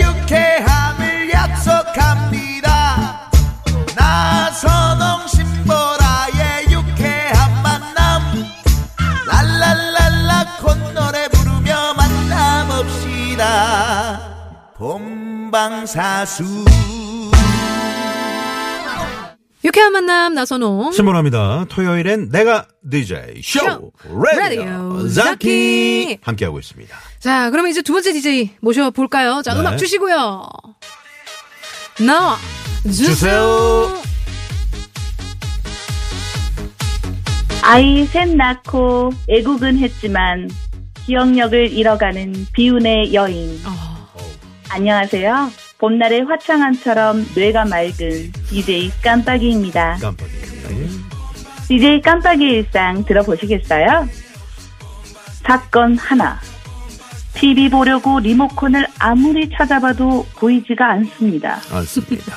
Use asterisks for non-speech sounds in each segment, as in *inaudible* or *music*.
유쾌함을 약속합니다 나선홍 신보라의 유쾌한 만남 랄랄랄라 콧노래 부르며 만남없시다 본방사수 유쾌한 만남 나선홍 신문합니다. 토요일엔 내가 DJ 쇼 쇼! 라디오 라디오 자키 자키! 함께하고 있습니다. 자 그러면 이제 두 번째 DJ 모셔볼까요 자 네. 음악 주시고요 나와 주세요 주세요. 아이 셋 낳고 애국은 했지만 기억력을 잃어가는 비운의 여인. 어, 안녕하세요. 봄날의 화창함처럼 뇌가 맑은 DJ 깜빡이입니다. 깜빡이에요. DJ 깜빡이 일상 들어보시겠어요? 사건 하나. TV 보려고 리모컨을 아무리 찾아봐도 보이지가 않습니다. *laughs* 맞습니다.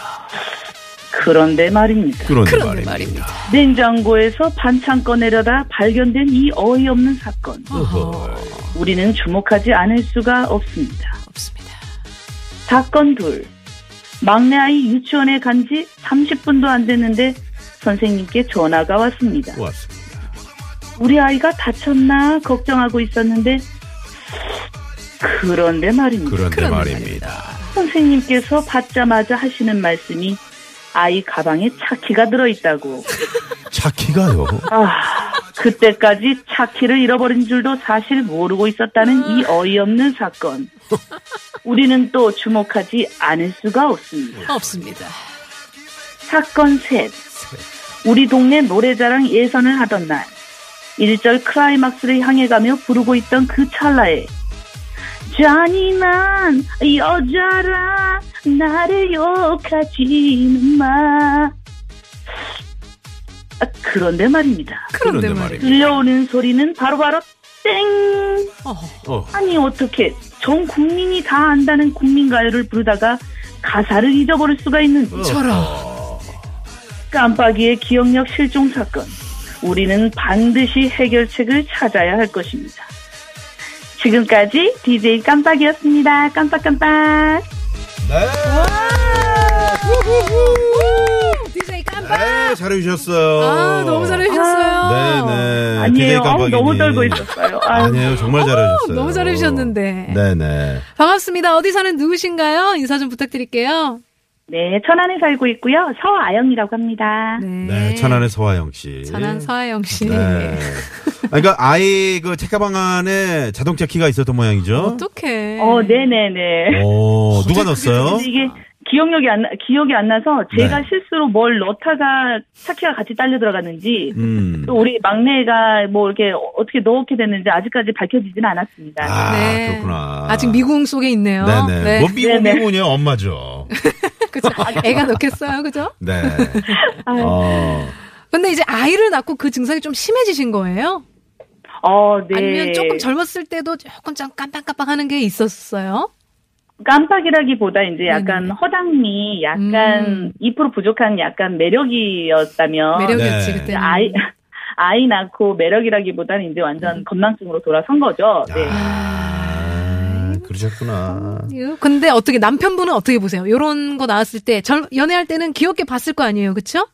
그런데 말입니다. 그런데, 그런데 말입니다. 냉장고에서 반찬 꺼내려다 발견된 이 어이없는 사건. 어허. 우리는 주목하지 않을 수가 없습니다. 없습니다 사건 둘. 막내 아이 유치원에 간 지 30분도 안 됐는데 선생님께 전화가 왔습니다. 고맙습니다. 우리 아이가 다쳤나 걱정하고 있었는데 그런데 말입니다. 그런데, 그런데 말입니다. 선생님께서 받자마자 하시는 말씀이 아이 가방에 차키가 들어있다고. *laughs* 자키가요. 아, 그때까지 차키를 잃어버린 줄도 사실 모르고 있었다는 이 어이없는 사건. 우리는 또 주목하지 않을 수가 없습니다. 없습니다 사건 셋. 우리 동네 노래자랑 예선을 하던 날. 일절 클라이막스를 향해 가며 부르고 있던 그 찰나에 잔인한 여자라 나를 욕하지는 마. 아, 그런데 말입니다. 그런데, 그런데 말입니다 들려오는 소리는 바로바로 땡! 어허. 어, 아니 어떻게 전 국민이 다 안다는 국민가요를 부르다가 가사를 잊어버릴 수가 있는지. 어. 저런 깜빡이의 기억력 실종 사건. 우리는 반드시 해결책을 찾아야 할 것입니다. 지금까지 DJ 깜빡이었습니다. 깜빡깜빡. 네. DJ 깜빡 네, 잘해주셨어요. 아 너무 잘해주셨어요 네네. 아니에요. DJ 아, 너무 깜빡이님. 떨고 있었어요. 아유. 아니에요, 정말 잘해주셨어요. 너무 잘해주셨는데. 네네. 반갑습니다 어디 사는 누구신가요 인사 좀 부탁드릴게요 네, 천안에 살고 있고요. 서아영이라고 합니다. 네, 천안의 서화영 씨. 천안 서하영 씨 네. 아, 그러니까 아이 그 책가방 안에 자동차 키가 있었던 모양이죠. 어떡해 어, 네네네. 오, 누가 넣었어요? 근데 이게 기억력이 안 나- 기억이 안 나서 제가 네. 실수로 뭘 넣다가 차키가 같이 딸려 들어갔는지 음. 네. 또 우리 막내가 뭐 이렇게 어떻게 넣게 됐는지 아직까지 밝혀지진 않았습니다. 아, 네. 그렇구나. 아직 미궁 속에 있네요 네네. 네. 뭐 미국 네네. 미군이요 엄마죠. *laughs* 그죠? *laughs* 애가 넣겠어요, 그죠? *laughs* 네. 어. 근데 이제 아이를 낳고 그 증상이 좀 심해지신 거예요? 어, 네. 아니면 조금 젊었을 때도 조금 좀 깜빡깜빡하는 게 있었어요? 깜빡이라기보다 이제 약간 허당미, 약간 음. 2% 부족한 약간 매력이었다면 매력이었지 음. 네. 그때. 아, 아이 *laughs* 아이 낳고 매력이라기보다는 이제 음. 완전 건망증으로 돌아선 거죠. 네. 아, 그러셨구나. 근데 어떻게 남편분은 어떻게 보세요? 요런 거 나왔을 때 젊, 연애할 때는 귀엽게 봤을 거 아니에요, 그쵸?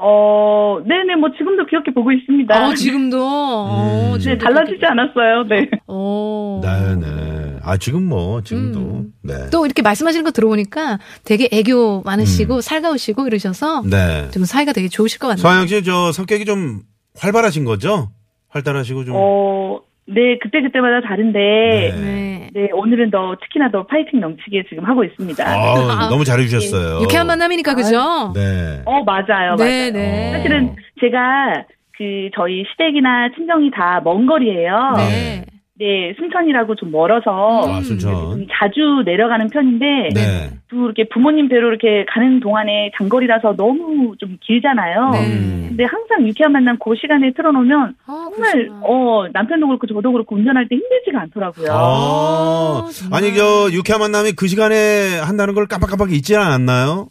어, 네네, 뭐 지금도 귀엽게 보고 있습니다. 어, 지금도. 어, 음. 네, 지금도 달라지지 않았어요. 네. 어. 네네. 아, 지금 뭐, 지금도. 음. 네. 또 이렇게 말씀하시는 거 들어보니까 되게 애교 많으시고 음. 살가우시고 이러셔서 네. 좀 사이가 되게 좋으실 것 같네요. 서영 씨, 저 성격이 좀 활발하신 거죠? 활달하시고 좀. 어, 네, 그때그때마다 다른데, 음. 네. 네. 네. 오늘은 더, 특히나 더 파이팅 넘치게 지금 하고 있습니다. 아, 너무 잘해주셨어요. 유쾌한 만남이니까 그죠? 네. 어, 네. 맞아요. 어, 네, 맞아요. 네. 사실은 제가 그, 저희 시댁이나 친정이 다 먼 거리예요. 네. 네. 네, 순천이라고 좀 멀어서 아, 좀 순천. 자주 내려가는 편인데 네. 또 이렇게 부모님 뵈러 이렇게 가는 동안에 단거리라서 너무 좀 길잖아요. 네. 음. 근데 항상 유쾌한 만남 그 시간에 틀어놓으면 아, 정말 그렇구나. 어 남편도 그렇고 저도 그렇고 운전할 때 힘들지가 않더라고요. 아, 아, 정말. 아니, 저, 유쾌한 만남이 그 시간에 한다는 걸 깜빡깜빡 잊지 않았나요?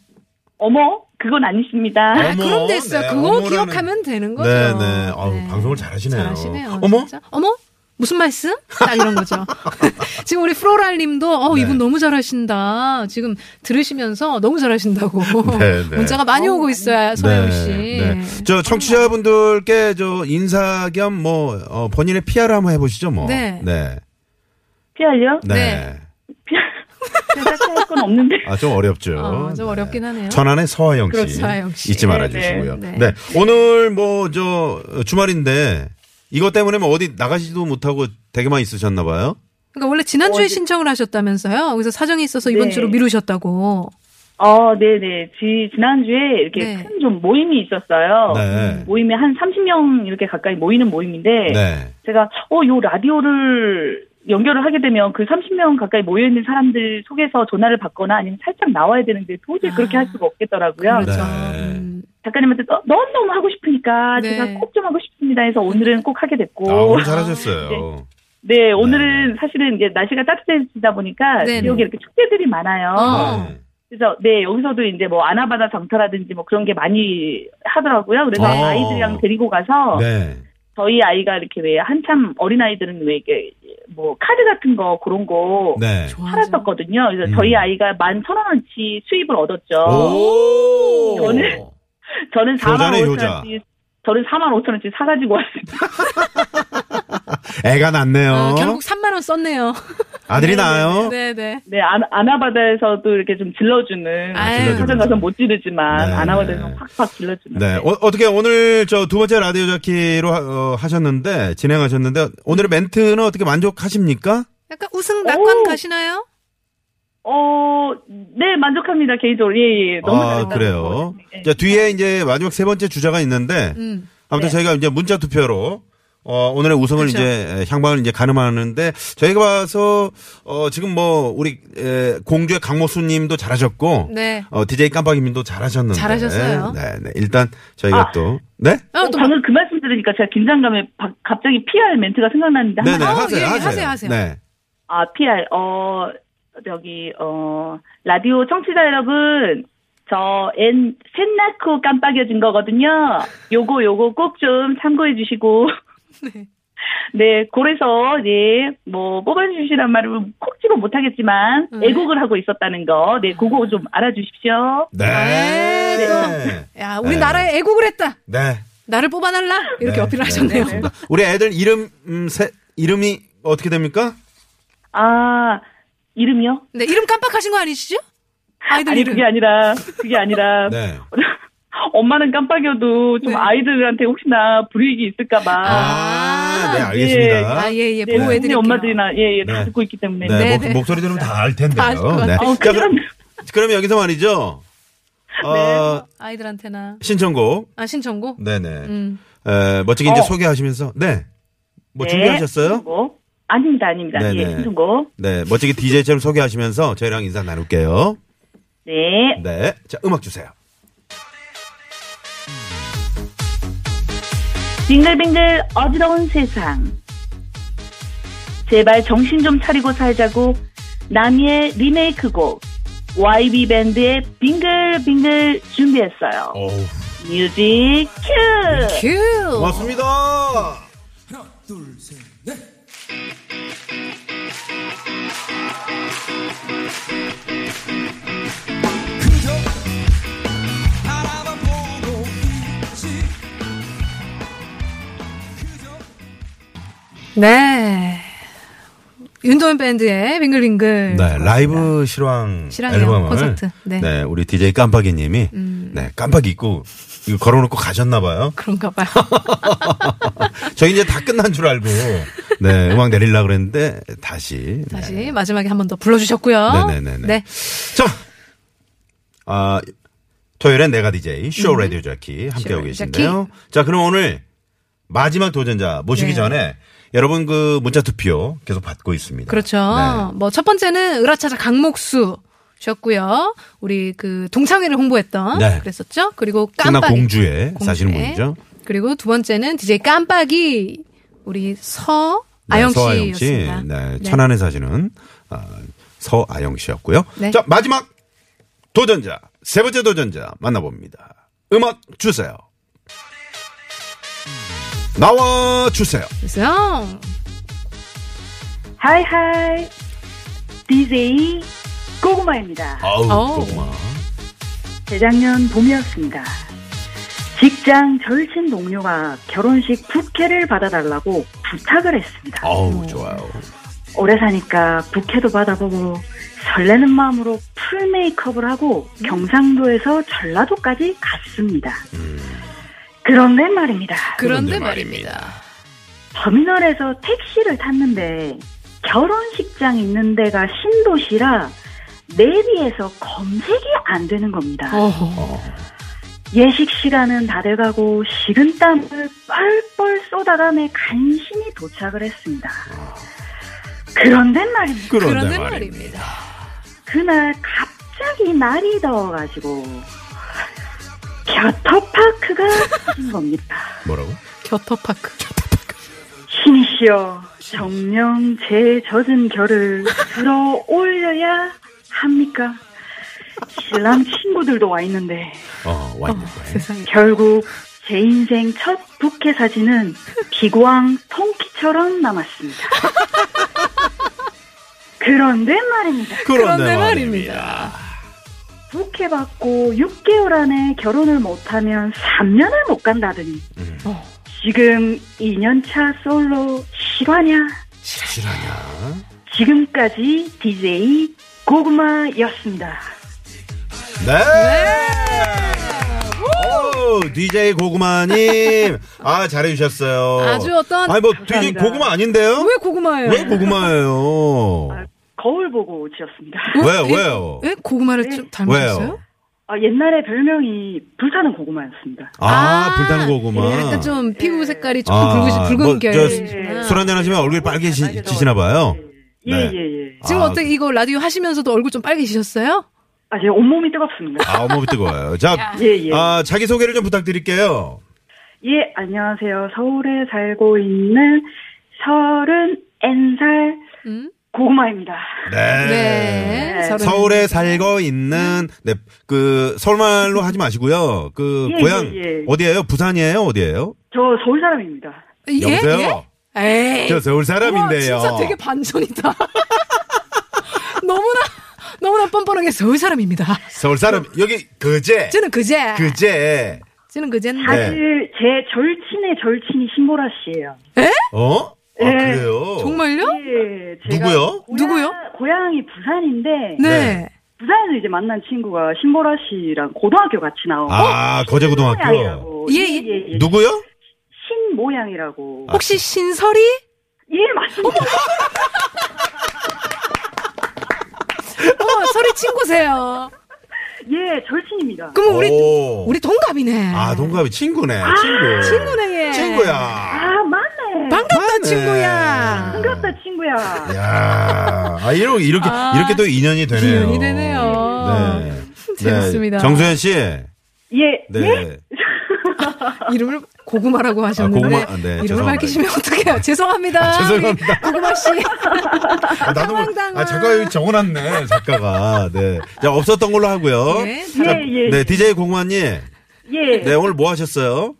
어머 그건 아니십니다. 아, 그럼 됐어요. 네, 그거 어머라는- 기억하면 되는 거죠. 네, 네. 아우, 방송을 잘하시네요. 잘하시네요. 어머? 진짜. 어머? 무슨 말씀? 딱 이런 거죠. *laughs* 지금 우리 프로랄 님도, 어, 네. 이분 너무 잘하신다. 지금 들으시면서 너무 잘하신다고. *laughs* 네, 네. 문자가 많이 오고 있어요, 서영 씨. 네. 저 청취자분들께 저 인사 겸 뭐 어, 본인의 PR 한번 해보시죠 뭐. 네. 네. 피할려? 네. 네. 피할 건 없는데. 아 좀 어렵죠. 어, 좀 네. 어렵긴 하네요. 천안의 서하영 씨. 그렇죠, 서하영 씨. 잊지 말아주시고요. 네, 네, 네. 오늘 뭐 저 주말인데 이것 때문에 뭐 어디 나가시지도 못하고 되게만 있으셨나 봐요. 그러니까 원래 지난주에 신청을 하셨다면서요. 그래서 사정이 있어서 이번 네. 주로 미루셨다고. 어, 네네. 지, 지난주에 이렇게 네. 큰 좀 모임이 있었어요. 네. 모임에 한 30명 이렇게 가까이 모이는 모임인데, 네. 제가, 어, 요 라디오를 연결을 하게 되면 그 30명 가까이 모여있는 사람들 속에서 전화를 받거나 아니면 살짝 나와야 되는데 도저히 그렇게 아. 할 수가 없겠더라고요. 그렇죠. 음. 작가님한테 너- 너무너무 하고 싶으니까 네. 제가 꼭 좀 하고 싶습니다 해서 오늘은 꼭 하게 아 됐고. 오늘 잘하셨어요. 네, 오늘은 사실은 이제 날씨가 따뜻해지다 보니까 네네. 지역에 이렇게 축제들이 많아요. 어. 네. 그래서 네 여기서도 이제 뭐 아나바나 장터라든지 뭐 그런 게 많이 하더라고요. 그래서 네. 아이들이랑 데리고 가서 네. 저희 아이가 이렇게 왜 한참 어린 아이들은 왜 이게 뭐 카드 같은 거 그런 거 네. 좋아하죠. 팔았었거든요. 그래서 음. 저희 아이가 만 천 원어치 수입을 얻었죠. 오. 저는- 저는 4만 효자네, 5천 효자. 원치 저는 4만 5천 원치 사가지고 왔어요. 애가 낳네요. 아, 결국 3만원 썼네요. 어? 아들이 *laughs* 나요. 네네. 네 아, 아나바다에서도 이렇게 좀 질러주는 아유. 사전 가서 못 지르지만 네. 아나바다에서 팍팍 질러주는. 네. 어, 떻게 오늘 저 두 번째 라디오 자키로 하, 셨는데 진행하셨는데 오늘의 멘트는 어떻게 만족하십니까? 약간 우승 낙관 오. 가시나요? 어, 네, 만족합니다, 개인적으로. 예, 예. 너무 아, 잘했다고 그래요. 네. 자, 뒤에 이제 마지막 세 번째 주자가 있는데 음. 아무튼 네. 저희가 이제 문자 투표로 어, 오늘의 우승을 그렇죠. 이제 에, 향방을 이제 가늠하는데 저희가 봐서 어, 지금 뭐 우리 에, 공주의 강모수 님도 잘하셨고 네. 어, DJ 깜빡이님도 잘하셨는데 잘하셨어요. 네, 네. 일단 저희가 아. 또 네? 아, 어, 또 방금 그 말씀 들으니까 제가 긴장감에 바- 갑자기 PR 멘트가 생각났는데 네, 한 네. 번. 어, 하세요. 예, 예, 하세요. 하세요, 하세요. 네. 아, PR. 어, 저기 어, 라디오 청취자 여러분. 저, 엔, 셋 낳고 깜빡여진 거거든요. 요거, 요거 꼭 좀 참고해 주시고. 네. *laughs* 네, 고래서, 네, 뭐, 뽑아주시란 말은 콕 집어 못하겠지만, 음. 애국을 하고 있었다는 거, 네, 그거 좀 알아주십시오. 네. 네. 뭐- 야, 우리 나라에 애국을 했다. 네. 나를 뽑아달라. 이렇게 네, 어필을 네, 하셨네요. 그렇습니다. 우리 애들 이름 음, 세, 이름이 어떻게 됩니까? 아, 이름이요? 네, 이름 깜빡하신 거 아니시죠? 아이들 아니 이름. 그게 아니라 그게 아니라 네. *laughs* 엄마는 깜빡여도 좀 네. 아이들한테 혹시나 불이익이 있을까봐 아, 네, 예. 알겠습니다. 아, 예, 예. 네, 보호해드릴게요. 우리 엄마들이나 예예 다 네. 듣고 있기 때문에 네, 네, 목, 네. 목소리 들으면 다 알 알 텐데요. 것 같아요. 네. 어, 자, 그럼, 큰일 그럼 여기서 말이죠. 어, 아이들한테나. 신청곡. 아, 신청곡? 네네. 음. 에, 멋지게 이제 어. 소개하시면서. 네. 뭐 네, 준비하셨어요? 신청곡. 아닙니다 아닙니다 네, 예 네. 신청곡 네. 멋지게 DJ처럼 소개하시면서 저희랑 인사 나눌게요. 네 네. 자, 음악 주세요. 빙글빙글 어지러운 세상 제발 정신 좀 차리고 살자고 남이의 리메이크곡 YB 밴드의 빙글빙글 준비했어요 어우. 네. 뮤직 큐 큐! 고맙습니다. 하나 둘셋넷 그저 바라만 보고 있지 그저 네. 윤도현 밴드의 빙글빙글. 네, 라이브 실황 실황이요, 앨범을 콘서트. 네. 음. 우리 DJ 깜빡이 님이 네, 깜빡이 입고 이거 걸어 놓고 가셨나 봐요. 그런가 봐요. 저희 이제 다 끝난 줄 *laughs* 알고 네, 음악 내리려 그랬는데 다시 네. 다시 마지막에 한 번 더 불러주셨고요. 네네네네. 자. 아, 토요일엔 내가 DJ 쇼 라디오 자키 음. 라디오 함께하고 계신데요. 자, 그럼 오늘 마지막 도전자 모시기 네. 전에 여러분 그 문자 투표 계속 받고 있습니다. 그렇죠. 네. 뭐 첫 번째는 으라차자 강목수 셨고요. 우리 그 동창회를 홍보했던 네. 그랬었죠. 그리고 충남 깜빡이 공주에 사시는 공주에. 분이죠. 그리고 두 번째는 DJ 깜빡이 우리 서 네, 아영 서아영 씨. 씨였습니다. 네, 천안에 사시는 아, 서아영 씨였고요. 네. 자, 마지막 도전자, 세 번째 도전자 만나봅니다. 음악 주세요. 나와 주세요. 그래서요. 하이 하이 DJ 고구마입니다. 아우, 어우. 고구마. 재작년 봄이었습니다. 직장 절친 동료가 결혼식 부케를 받아달라고 부탁을 했습니다. 아우, 좋아요. 오래 사니까 부케도 받아보고 설레는 마음으로 풀 메이크업을 하고 경상도에서 전라도까지 갔습니다. 음. 그런데 말입니다. 그런데 그런데 말입니다. 터미널에서 택시를 탔는데 결혼식장 있는 데가 신도시라 내비에서 검색이 안 되는 겁니다. 어허. 예식 시간은 다 돼가고 식은땀을 뻘뻘 쏟아가며 간신히 도착을 했습니다. 그런데 말입니다. 그런데 말입니다. 그날 갑자기 날이 더워가지고 겨터파크가 터진 겁니다. 뭐라고? 겨터파크. 네. 신이시여 정령 제 젖은 결을 들어 올려야 합니까? 신랑 친구들도 와 있는데 어, 와 있는 거예요. 세상에. 결국 제 인생 첫 부캐 사진은 기광 통키처럼 남았습니다. *laughs* 그런데 말입니다. 그런데 말입니다. 부캐 받고 6개월 안에 결혼을 못하면 3년을 못 간다더니 어. 지금 2년차 솔로 실화냐? 실화냐? 지금까지 DJ 고구마였습니다. 네. 오, DJ 고구마님. 아, 잘해주셨어요. 아주 어떤- 아니, 뭐, DJ 감사합니다. 고구마 아닌데요? 왜 뭐, 고구마예요? 어, 왜 고구마예요? 거울 보고 지었습니다. 왜요, 되게- 왜요? 왜 고구마를 좀 닮으셨어요? 네. 왜요? 아, 옛날에 별명이 불타는 고구마였습니다. 아, 아, 불타는 예, 고구마. 약간 좀 피부 색깔이 조금 아, 붉으시, 붉은 뭐, 저 계열이시구나. 술 한잔 하시면 얼굴이 아, 빨개지시나 봐요. 예, 네. 예, 예. 지금 아, 어떻게 이거 라디오 하시면서도 얼굴 좀 빨개지셨어요? 아, 제 온몸이 뜨겁습니다. 아, 어머, 뜨거워요. 자, 예, 예. 아, 자기소개를 좀 부탁드릴게요. 예, 안녕하세요. 서울에 살고 있는 서른 N살 음? 고구마입니다. 네. 네. 서른- 서울에 살고 있는, 네, 그, 서울말로 하지 마시고요. 그, 예, 고향, 예, 예. 어디예요? 부산이에요? 어디예요? 저 서울 사람입니다. 예? 여보세요? 예? 에이. 저 서울 사람인데요. 우와, 진짜 되게 반전이다. *laughs* 너무나 너무나 뻔뻔하게 서울 사람입니다. 서울 사람, 여기, 그제. 저는 그제. 그제. 저는 그제는 네. 사실 제 절친의 절친이 신보라 씨예요. 어? 아, 네. 그래요? 예. 정말요? 예, 제가 누구요? 고향- 누구요? 고향이 부산인데 네. 네. 부산에서 이제 만난 친구가 신보라 씨랑 고등학교 같이 나오고 아, 거제고등학교. 신모양이라고. 예, 아. 예, 어? 예. 예, 예. 누구요? 아, 신모양이라고. 그- 혹시 신설이? 예, 맞습니다. *laughs* 어, 설이 친구세요. 예, 절친입니다. 그럼 어, 우리 오. 우리 동갑이네. 아, 동갑이 친구네. 친구. 친구네, 예. 친구야. 아, 맞네. 반갑다 맞네. 친구야. 반갑다, 친구야. 네. 야, 아 이렇게 이렇게 아, 이렇게 또 인연이 되네요. 기운이 되네요. 네. *laughs* 재밌습니다. 네. 정수현 씨. 예, 네. 예? 이름을 고구마라고 하셨는데 고구마, 네, 이름을 죄송합니다. 밝히시면 어떡해요? 죄송합니다. 아, 죄송합니다. 우리 고구마 씨. 아, 나도 모르- 당황당황. 아, 작가 여기 적어놨네. 작가가. 네. 자, 없었던 걸로 하고요. 네, 자, 예, 예, 네, 예. DJ 공만님. 예. 네, 오늘 뭐 하셨어요?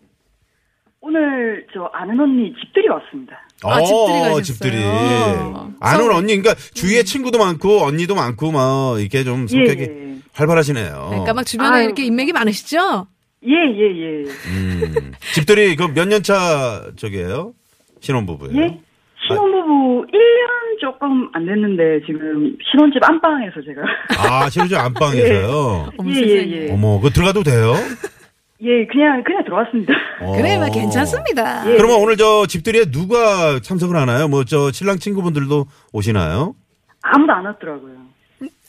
오늘 저 아는 언니 집들이 왔습니다. 아, 집들이 가셨어요. 네. 집들이. 아는 언니, 그러니까 주위에 친구도 많고, 언니도 많고, 막, 이렇게 좀 성격이 예. 활발하시네요. 그러니까 막 주변에 아유. 이렇게 인맥이 많으시죠? 예, 예, 예. *laughs* 음. 집들이 그 몇 년 차 저기예요? 네. 신혼부부예요? 예? 신혼부부 1년 조금 안 됐는데 지금 신혼집 안방에서 제가 아, 신혼집 안방에서요. *laughs* 어머, 예, 세상에. 예, 예. 어머, 그 들어가도 돼요? 예, 그냥 그냥 들어왔습니다. 어. *laughs* 그래, 막 괜찮습니다. 예. 그러면 오늘 저 집들이에 누가 참석을 하나요? 뭐 저 신랑 친구분들도 오시나요? 아무도 안 왔더라고요.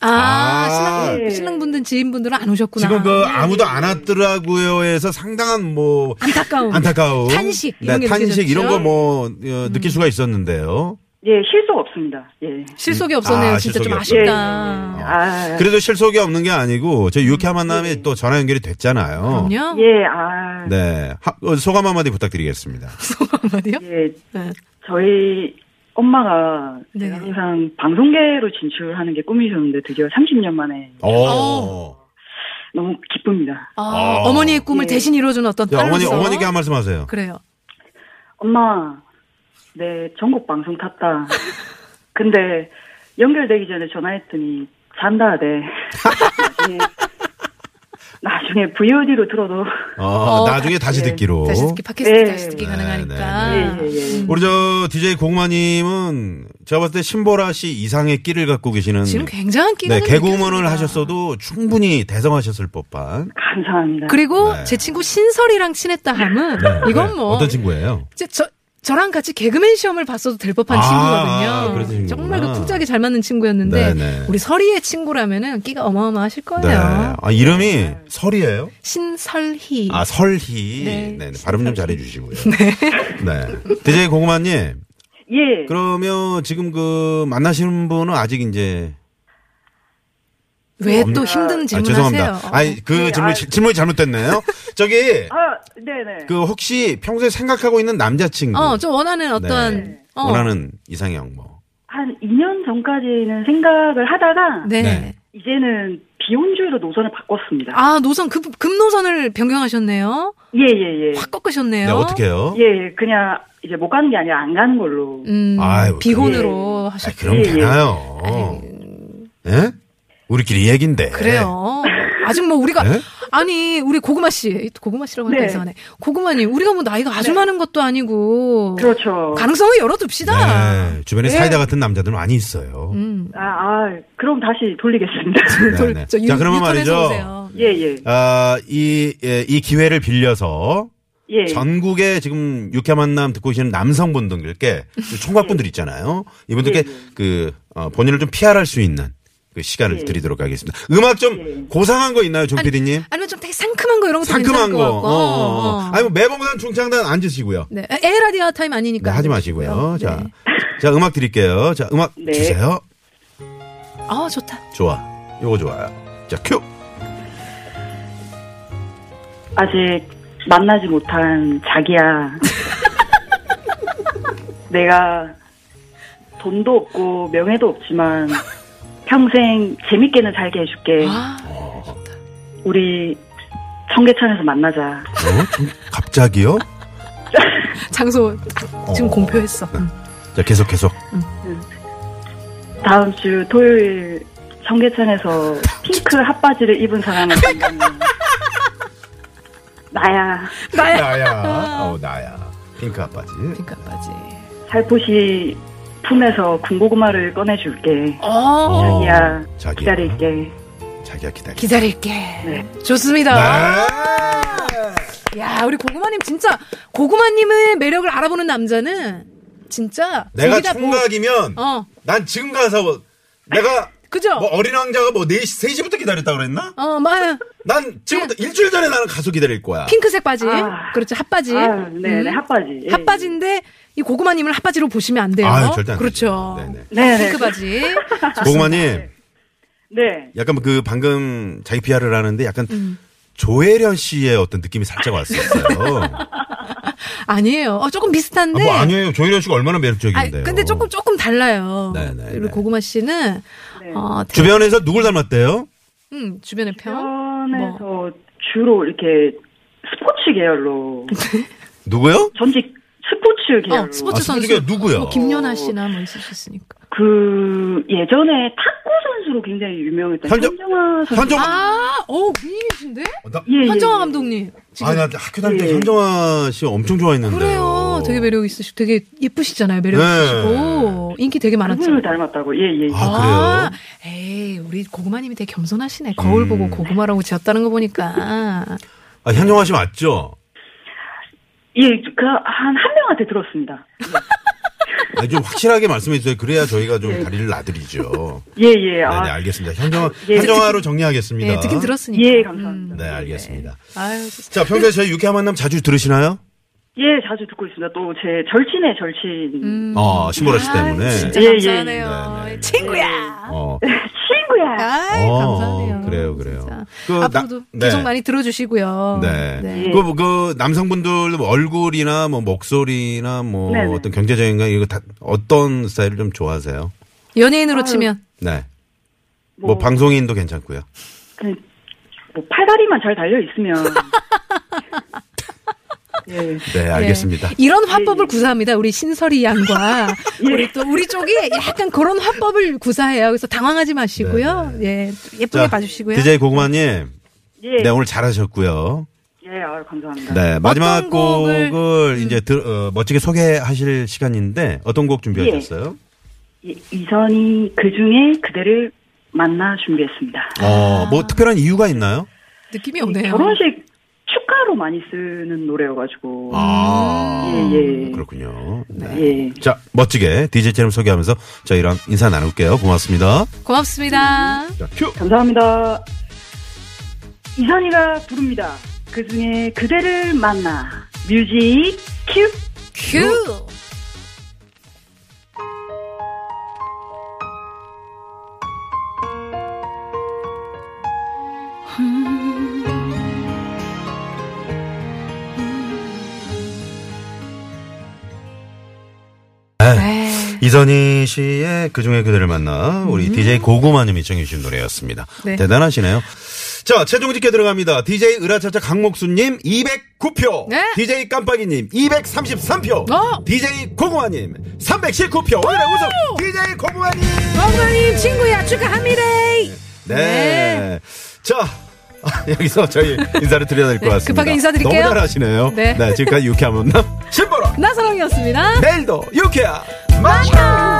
아, 아. 신랑, 네. 신랑분들 지인분들은 안 오셨구나. 지금 그 아무도 안 왔더라고요에서 상당한 뭐 안타까운. 안타까운 음. 탄식, 이런 네, 게 탄식 느껴졌죠? 음. 이런 거 뭐 느낄 수가 있었는데요. 예, 실속 없습니다. 예. 실속이 없었네요. 아, 진짜 실속이 좀 없었네. 아쉽다. 아, 그래도 실속이 없는 게 아니고 저희 유쾌한 만남이 또 전화 연결이 됐잖아요. 음. 그럼요. 예, 아, 네 하- 어, 소감 한마디 부탁드리겠습니다. 한마디요? 예. 네. 저희 엄마가 네. 항상 방송계로 진출하는 게 꿈이셨는데 드디어 30년 만에 어. 너무 기쁩니다. 아, 아. 어머니의 꿈을 예. 대신 이뤄준 어떤 야, 딸로서. 어머니 어머니께 한 말씀 하세요. 그래요. 엄마, 내 전국 *laughs* 방송 탔다. 근데 연결되기 전에 전화했더니 잔다 네. *laughs* 나중에, 나중에 VOD로 들어도 어, 어, 나중에 다시 네. 듣기로. 다시 듣기 팟캐스트 네. 다시 듣기 네, 가능하니까. 네, 네. 예, 예, 음. 예. 음. 우리 저 DJ 공마님은 제가 봤을 때 신보라 씨 이상의 끼를 갖고 계시는 지금 굉장한 끼가 네, 좀 개그우먼을 느껴집니다. 하셨어도 충분히 대성하셨을 법한. 감사합니다. 그리고 네. 제 친구 신설이랑 친했다 함은 네, 이건 뭐 어떤 친구예요? 저, 저, 저랑 같이 개그맨 시험을 봤어도 될 법한 아, 아, 그런 친구거든요. 친구구나. 정말 그 풍짝이 잘 맞는 친구였는데 네네. 우리 설이의 친구라면은 끼가 어마어마하실 거예요. 네. 아, 이름이 설이에요? 신설희. 아, 설희. 네. 네. 네, 발음 좀 잘해 주시고요. 네. 네. DJ 공마님, 예. 그러면 지금 그 만나시는 분은 아직 이제 왜 없는- 또 힘든 아, 질문하세요? 어. 죄송합니다. 아니, 그 네, 질문 아. 질문이 잘못됐네요. 저기 아, 네네. 그 혹시 평소에 생각하고 있는 남자친구 어, 좀 원하는 어떤 네. 어. 원하는 이상형 뭐. 한 2년 전까지는 생각을 하다가 네. 네. 이제는 비혼주의로 노선을 바꿨습니다. 아, 노선 급 금노선을 변경하셨네요. 예예예. 예, 예. 확 꺾으셨네요. 네, 어떻게 해요? 예, 예. 그냥 이제 못 가는 게 아니라 안 가는 걸로. 음, 아유, 비혼으로 하셨. 아, 그럼 예, 예. 되나요? 예? 우리끼리 얘긴데. 그래요. 아직 뭐 우리가 네? 아니 우리 고구마 씨 고구마 씨라고 하니까 네. 이상하네. 고구마님 우리가 뭐 나이가 아주 많은 것도 아니고 그렇죠. 뭐 가능성을 열어둡시다. 네, 주변에 사이다 같은 남자들 많이 있어요. 예. 음. 아, 아, 그럼 *laughs* 다시 돌리겠습니다. 네, 네. 저 유- 자, 그러면 유턴해서 말이죠. 오세요. 예, 예. 아, 이, 예, 이 기회를 빌려서 예. 전국에 지금 육회 만남 듣고 계시는 남성분들께 그 총각분들 있잖아요. 이분들께 예, 예. 그, 어, 본인을 좀 PR할 수 있는 그 시간을 예. 드리도록 하겠습니다. 음악 좀 예. 고상한 거 있나요, 정 PD님? 아니면 좀 되게 상큼한 거 이런 것도 상큼한 괜찮을 거. 것 같고. 어, 어, 어. 어. 아니, 뭐 매번보단 중창단 앉으시고요. 네, 에라디아 타임 네, 아니니까. 하지 마시고요. 네. 자, 자 음악 드릴게요. 자 음악 네. 주세요. 아 좋다. 좋아, 요거 좋아요. 자 큐. 어? 아직 만나지 못한 *laughs* 자기야. 내가 돈도 없고 명예도 없지만 평생 재밌게는 살게 해줄게. 아, 우리 청계천에서 만나자. 어? 좀 갑자기요? 장소 지금 어. 공표했어. 음. 자 계속 계속. 다음 주 토요일 청계천에서 핑크 핫바지를 입은 사람을 만나면 *laughs* 나야 나야. 나야. 어 나야. 핑크 아빠지. 핑크까지. 살포시 품에서 군고구마를 꺼내줄게 어. 자기야 자기야. 기다릴게 자기야 기다려. 기다릴게. 네. 네. 좋습니다. 야, 우리 고구마님 진짜 고구마님의 매력을 알아보는 남자는 진짜 내가 거기다 뭐- 총각이면 어, 난 지금 가서 뭐 내가 그죠? 뭐 어린 왕자가 뭐 4시, 3시부터 기다렸다 그랬나? 어, 마 난 지금부터 일주일 전에 나는 가서 기다릴 거야. 네. 핑크색 바지, 아. 그렇죠? 핫바지. 음? 아, 네네 핫바지 예. 핫바지인데 이 고구마님을 핫바지로 보시면 안 돼요. 아유, 절대 안 그렇죠. 되죠. 네네. 네네 핑크 바지. *laughs* 고구마님, 네 약간 그 방금 자기 PR을 하는데 약간 음. 조혜련 씨의 어떤 느낌이 *laughs* 살짝 아, 왔었어요. 아니에요. 어, 조금 아, 비슷한데. 뭐 아니에요. 조혜련 씨가 얼마나 아, 매력적인데요. 근데 조금 조금 달라요. 네네네. 우리 고구마 씨는 네. 어, 대- 주변에서 누굴 닮았대요? 음, 주변의 평. 아, 편에서 뭐? 주로 이렇게 *laughs* 스포츠 계열로 누구요? 전직 스포츠 계열로 어, 스포츠 아, 선수. 스포츠계 누구요? 뭐 김연아 씨나 뭐 있을 수 있으니까. 그 예전에 탁구 선수로 굉장히 유명했던 현정- 현정아 선수 현정. 아, 아, 어, 미인이신데? 나, 예, 예, 현정아 예. 감독님. 지금. 아, 나 학교 다닐 때 예. 현정아 씨 엄청 좋아했는데. 그래요. 되게 매력 있으시고, 되게 예쁘시잖아요. 매력 네. 있으시고. 인기 되게 많았죠. 그분을 닮았다고 예예 예. 아, 그래요? 음. 에이, 우리 고구마님이 되게 겸손하시네. 거울 보고 고구마라고 지었다는 거 보니까. 아, 현정아 씨 맞죠? 예, 그, 한, 한 명한테 들었습니다. 아니, 좀 확실하게 말씀해 주세요. 그래야 저희가 예. 좀 다리를 놔드리죠. 예, 예. 아, 네네, 알겠습니다. 현정화, 예. 현정화로 정리하겠습니다. 네, 듣긴 들었으니까. 예, 감사합니다. 네, 알겠습니다. 아유, 진짜. 자, 평소에 저희 유쾌한 만남 자주 들으시나요? 예, 자주 듣고 있습니다. 또 제 절친의 절친. 음. 어, 신보라 씨 때문에. 아, 진짜 예, 예. 감사하네요. 친구야. 어. 친구야! 아이, 어, 감사하네요. 그래요, 그래요. 진짜. 그 앞으로도 나- 네. 계속 많이 들어주시고요. 네. 예. 그, 그, 남성분들 뭐 얼굴이나 뭐 목소리나 뭐 네네. 어떤 경제적인 거 이거 다 어떤 스타일을 좀 좋아하세요? 연예인으로 치면 네. 뭐, 방송인도 괜찮고요. 그냥 뭐 팔다리만 잘 *laughs* 달려 있으면. 예. 네, 알겠습니다. 예. 이런 화법을 구사합니다. 우리 신설이 양과 예. 우리 또 우리 쪽이 약간 그런 화법을 구사해요. 그래서 당황하지 마시고요. 예, 예쁘게 봐주시고요. 네, DJ 고구마님. 예. 네, 오늘 잘하셨고요. 예, 아유, 감사합니다. 네, 마지막 어떤 곡을- 음. 곡을, 이제 들, 어, 멋지게 소개하실 시간인데 어떤 곡 준비하셨어요? 예, 이선이 그 중에 그대를 만나 준비했습니다. 어, 아. 뭐 특별한 이유가 있나요? 느낌이 오네요. 결혼식 축가로 많이 쓰는 노래여가지고. 아, 예, 예. 그렇군요. 네. 예. 자, 멋지게 DJ처럼 소개하면서 저희랑 인사 나눌게요. 고맙습니다. 고맙습니다. 자, 큐! 감사합니다. 이선이가 부릅니다. 그 중에 그대를 만나. 뮤직 큐! 큐. 네. 에이, 이선희 씨의 그중에 그대를 만나 우리 DJ 고구마님이 정해주신 노래였습니다. 음. 네. 대단하시네요. 자, 최종 집계 들어갑니다. DJ 으라차차 강목수님 209표, 네. DJ 깜빡이님 233표, 어. DJ 고구마님 319표, 오늘의 우승 DJ 고구마님! 어머님 친구야 축하합니다. 네. 네. 자. *laughs* 아, 여기서 저희 인사를 드려야 될 것 네, 같습니다. 급하게 인사드릴게요. 너무 잘하시네요. 네. *laughs* 지금까지 유쾌한 만남 신보라 나사랑이었습니다. 내일도 유쾌한 만남.